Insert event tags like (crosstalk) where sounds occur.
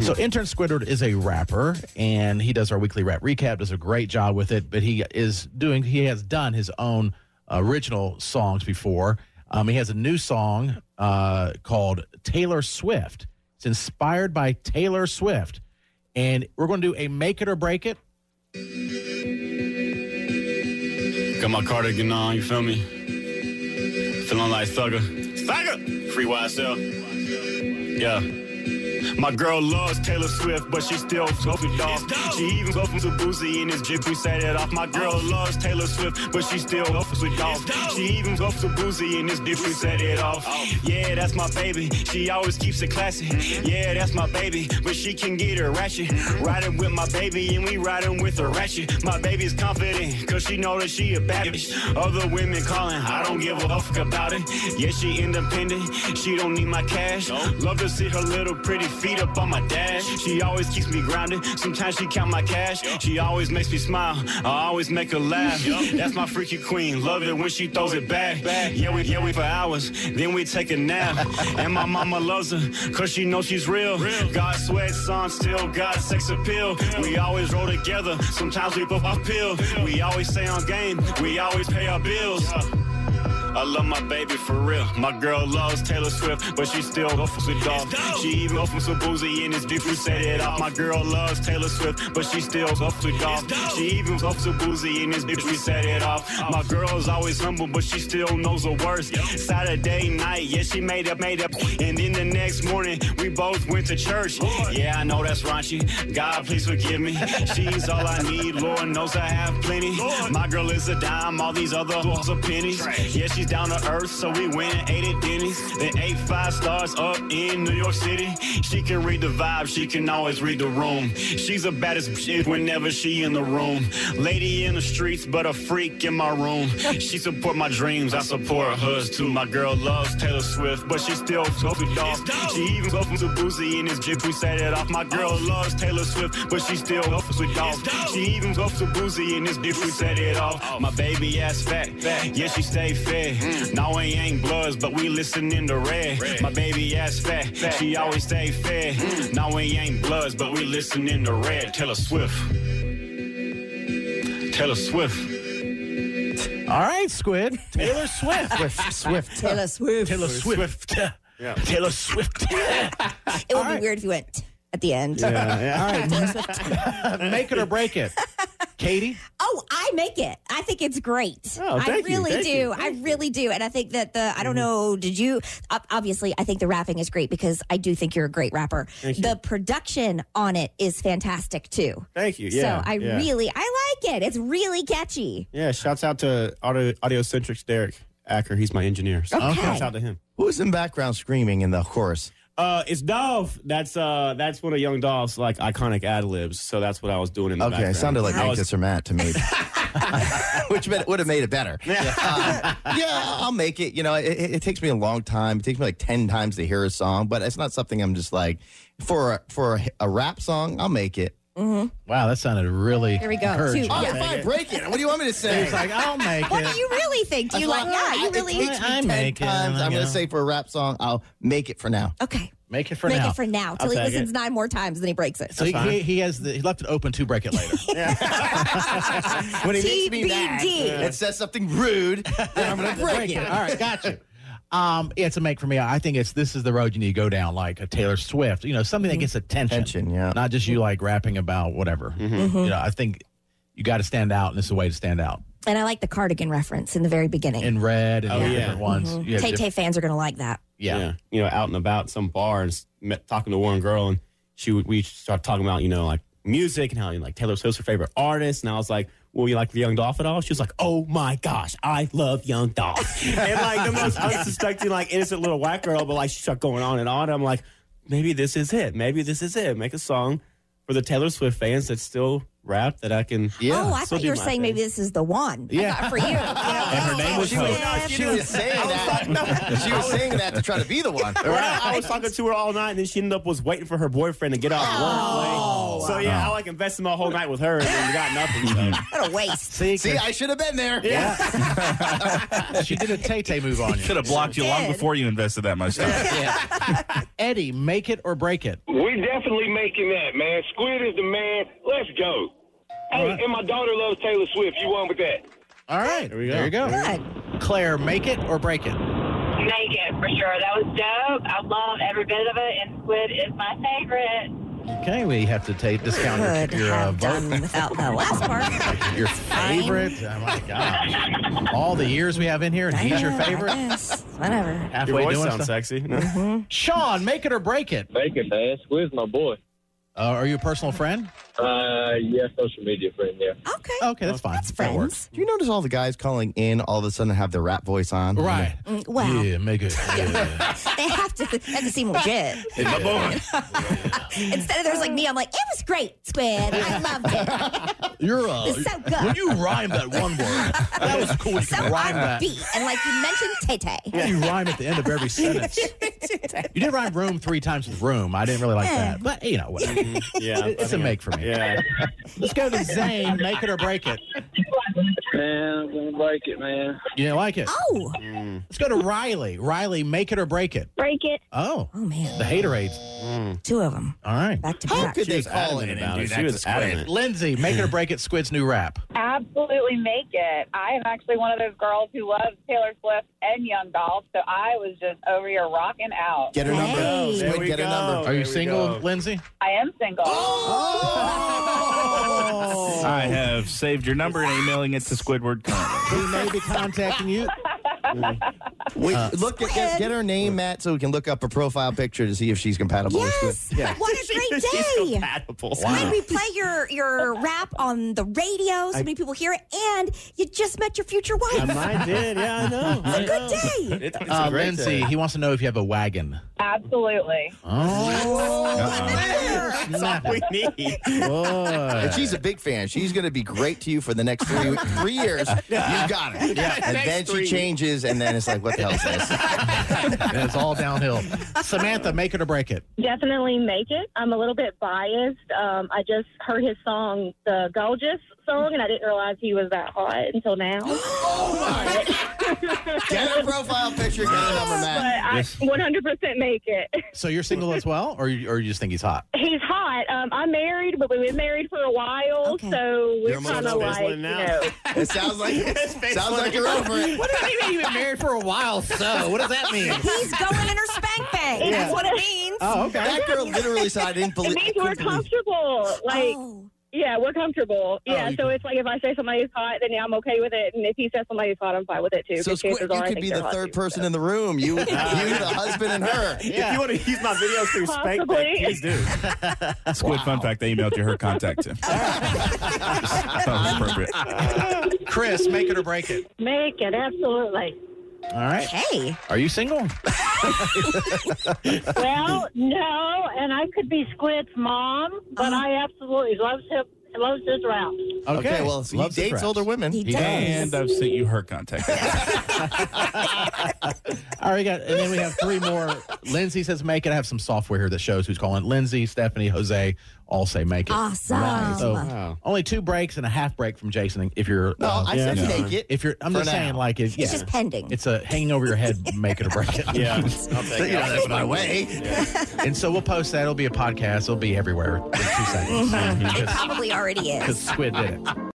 So intern Squidward is a rapper, and he does our weekly rap recap. Does a great job with it, but he is doing he has done his own original songs before. Um, he has a new song uh, called Taylor Swift. It's inspired by Taylor Swift, and we're going to do a make it or break it. Got my cardigan on, you feel me? Feeling like thugger. Thugger! Free YSL. Yeah. My girl loves Taylor Swift, but she still goes with dog. She even goes from Boosie in his Jeep. We say that off. My girl loves Taylor Swift, but she still goes with dog. She even goes from Boosie in his Jeep. We say that off. Yeah, that's my baby. She always keeps it classy. Yeah, that's my baby, but she can get her ratchet. Riding with my baby, and we riding with her ratchet. My baby's confident, cause she know that she a bad bitch. Other women calling, I don't give a fuck about it. Yeah, she independent. She don't need my cash. Love to see her little pretty feet up on my dash. She always keeps me grounded. Sometimes she count my cash. She always makes me smile. I always make her laugh. That's my freaky queen. Love it when she throws it back. Yeah, we yeah we for hours. Then we take a nap. and my mama loves her cause she knows she's real. God sweat son still got sex appeal. We always roll together. Sometimes we both off pill. We always stay on game. We always pay our bills. I love my baby for real. My girl loves Taylor Swift, but she still go for the dog. She even go from some boozy in his deep. We said it all. My girl loves Taylor Swift, but she still go for the dog. She even go for some boozy in his deep. We said it off. My girl's always humble, but she still knows the worst. Saturday night, yeah, she made up, made up. And then the next morning, we both went to church. Yeah, I know that's raunchy. God, please forgive me. She's all I need. Lord knows I have plenty. My girl is a dime. All these other hoes are pennies. Yeah, she's down to earth, so we went and ate at Denny's. Then ate five stars up in New York City. She can read the vibe. She can always read the room. She's the baddest bitch whenever she in the room. Lady in the streets, but a freak in my room. She support my dreams. I support hers too. My girl loves Taylor Swift, but she still goes with dog. She even goes from Boosie in his jeep. We say that off. My girl loves Taylor Swift, but she still goes with dog. She even goes to Boosie in his jeep. We said it off. My baby ass fat. Yeah, she stay fed. Now we ain't bloods, but we listening to red. My baby ass fat. She always stay fed. Now we ain't bloods, but we listening to red. Taylor Swift. Taylor Swift. All right, Squid. Taylor Swift. Swift, Swift. Taylor Swift. Taylor Swift. Taylor Swift. (laughs) it would be weird if you went at the (laughs) end. All right. Taylor Swift. Make it or break it. Katie? Oh, I make it. I think it's great. Oh, I thank you, really thank do. you, I really do. And I think that the, I don't know, did you? ob- Obviously, I think the rapping is great because I do think you're a great rapper. The production on it is fantastic too. Thank you. Yeah. so I yeah. really, I like it. It's really catchy. Yeah, shouts out to audio audiocentrics Derek Acker. He's my engineer. So Okay. Shouts out to him. Who's in background screaming in the chorus? Uh, it's Dolph. That's uh, that's one of Young Dolph's like iconic ad libs. So that's what I was doing in the Okay, background. it sounded like I Make was- This or Matt to (laughs) me. Which would have made it better. Yeah. yeah, I'll make it. You know, it, it it takes me a long time. It takes me like 10 times to hear a song, but it's not something I'm just like, for a, for a, a rap song, I'll make it. Wow, that sounded really Here we go. encouraging. Two. Oh, Yeah. if I break it, what do you want me to say? He's like, I'll make What do it. you really think? Do you like, yeah, you really, It takes me I 10 make it, times. I'm I'm going gonna- to say for a rap song, I'll make it for now. okay. Make it for make now. it for now till he listens nine more times, then he breaks it. so he, he, he has the, he left it open to break it (laughs) later. When he makes me mad TBD. and says something rude, then I'm going to break Break it. it. All right, got you. Um, yeah, it's a make for me. I think it's this is the road you need to go down, like a Taylor Swift. You know, something that Mm-hmm. gets attention. Mm-hmm. Attention, yeah. Not just you like rapping about whatever. You Mm-hmm. know, I think you got to stand out, and this is a way to stand out. And I like the cardigan reference in the very beginning. In red and Oh, yeah. different ones. You have Tay different- Tay fans are going to like that. yeah. yeah, you know, out and about some bar and s- met, talking to one girl, and she would- we start talking about you know like music and how you know, like Taylor Swift's her favorite artist, and I was like, "Well, you like Young Dolph at all?" She was like, "Oh my gosh, I love Young Dolph," and like the most unsuspecting like innocent little white girl, but like she started going on and on. I'm like, maybe this is it. Maybe this is it. Make a song for the Taylor Swift fans that still rap that I can. Yeah. oh, I so thought do you were my saying thing. maybe this is the one. Yeah. I thought (laughs) for you. you know, oh, her name was She Hope. was, Yeah, she was saying that. She was saying that to try (laughs) to be the one. I was talking to her all night, and then she ended up was waiting for her boyfriend to get out of work. wow. So yeah, I like invested my whole night with her and then got nothing. (laughs) So. What a waste. See, See, I should have been there. she did a Tay Tay move (laughs) on you. Should have blocked you long Did. before you invested that much time. (laughs) Eddie, make it or break it. We definitely making that, man. Squid is the man. Let's go. Hey, right. and my daughter loves Taylor Swift. You won with that. All right. There, we go. you go. Good. Claire, make it or break it. Make it for sure. That was dope. I love every bit of it, and squid is my favorite. Okay, we have to take discount Could your, your uh, have vote. done without the last (laughs) part. Your favorite? Oh my gosh! All the years we have in here, and he's your Yeah, I favorite. guess. Whatever. Your Halfway voice doing sounds stuff. (laughs) sexy. No. Sean, make it or break it. Make it, man. Squid's my boy. Uh, are you a personal friend? Uh, yeah, social media friend, yeah. Okay. Okay, that's fine. That's That works. friends. Do you notice all the guys calling in all of a sudden have their rap voice on? Right. Mm, Wow. Yeah, make it. yeah. They have to, they have to seem (laughs) legit. Hey, my boy. Instead of there's like me, I'm like, it was great, Squid. I loved it. You're uh, (laughs) It's so good. when you rhyme that one word, that was cool. You So can rhyme on that. beat. And like you mentioned, Tay Tay. You rhyme at the end of (laughs) every sentence. You did rhyme room three times with room. I didn't really like that, but you know, whatever. (laughs) Yeah, I it's a think make for me. Yeah. Let's go (laughs) to Zane. Make it or break it. Man, I'm going to break it, man. You didn't like it. Oh. Let's go to Riley. Riley, make it or break it. Break it. Oh, Oh, the man. haterades. Two of them All right. back to How back. could they was call in adamant about and do it. that? She to was Squid? adamant. Lindsay, make it or break it. Squid's new rap. Absolutely make it. I am actually one of those girls who loves Taylor Swift and Young Dolph, so I was just over here rocking out. Get her number. Hey. Squid, There we get her go. number. Are you There we single, go. Lindsay? I am single. (gasps) I have saved your number and emailing it to Squidward currently. We may be contacting you. Wait, uh, look at, get, get her name, Matt, so we can look up her profile picture to see if she's compatible with Yes. Squid. What a great She's day. compatible. Squid, we play your, your rap on the radio. So many people hear it. And you just met your future wife. I did. Yeah, I know. I know. Good day. It- it's (laughs) Uh, a great Lindsay, day. he wants to know if you have a wagon. Absolutely. Oh, snap it. (laughs) We need. And Boy. she's a big fan. She's going to be great to you for the next three (laughs) three years. You got it. And then she changes, and then it's like, what the hell (laughs) is this? And (laughs) it's all downhill. Samantha, make it or break it. Definitely make it. Um, I'm a little bit biased. Um, I just heard his song, the Gorgeous song, and I didn't realize he was that hot until (gasps) now. Oh Get her profile picture, get her number, (laughs) But Matt. I 100% make it. So you're single as well, or you, or you just think he's hot? He's hot. Um, I'm married, but we've been married for a while, Okay. so You're we're almost kind of on this like, one you now. know. It (laughs) sounds like sounds like you're over it. What does that mean? You've been married for a while, so what does that mean? He's going in her spank bank. That's what it means. Oh, okay. That girl literally said, "I didn't It believe." means we're comfortable. Like, Oh. yeah, we're comfortable. Yeah, you so can- it's like if I say somebody's hot, then yeah, I'm okay with it. And if he says somebody's hot, I'm fine with it too. So 'cause Squid, chances you are I could think be they're the hot, third too, person so. in the room. You, (laughs) (laughs) you, the husband, and her. If you want to use my videos through Spank, Bank, Possibly. please do. Squid, fun fact, they emailed you her contact too. I thought it was appropriate. Chris, make it or break it. (laughs) Make it absolutely. All right. Hey. Are you single? (laughs) Well, no, and I could be Squid's mom, but Uh-huh. I absolutely loves him. Loves his rap. Okay, well, he Loves the dates traps. older women. He does. And I've sent you her contact. All right, got, and then we have three more. (laughs) Lindsay says make it. I have some software here that shows who's calling. Lindsay, Stephanie, Jose, all say make it. Awesome. So Wow. only two breaks and a half break from Jason. If you're, No, uh, I said yeah. take it. if you're, I'm For just now. saying like if yeah, It's just pending. it's a hanging over your head, make it or break it. (laughs) (laughs) Yeah. I'll you know, that's my way. And so we'll post (laughs) that. It'll be a podcast. It'll be everywhere in two seconds Probably already is. because Squid did it.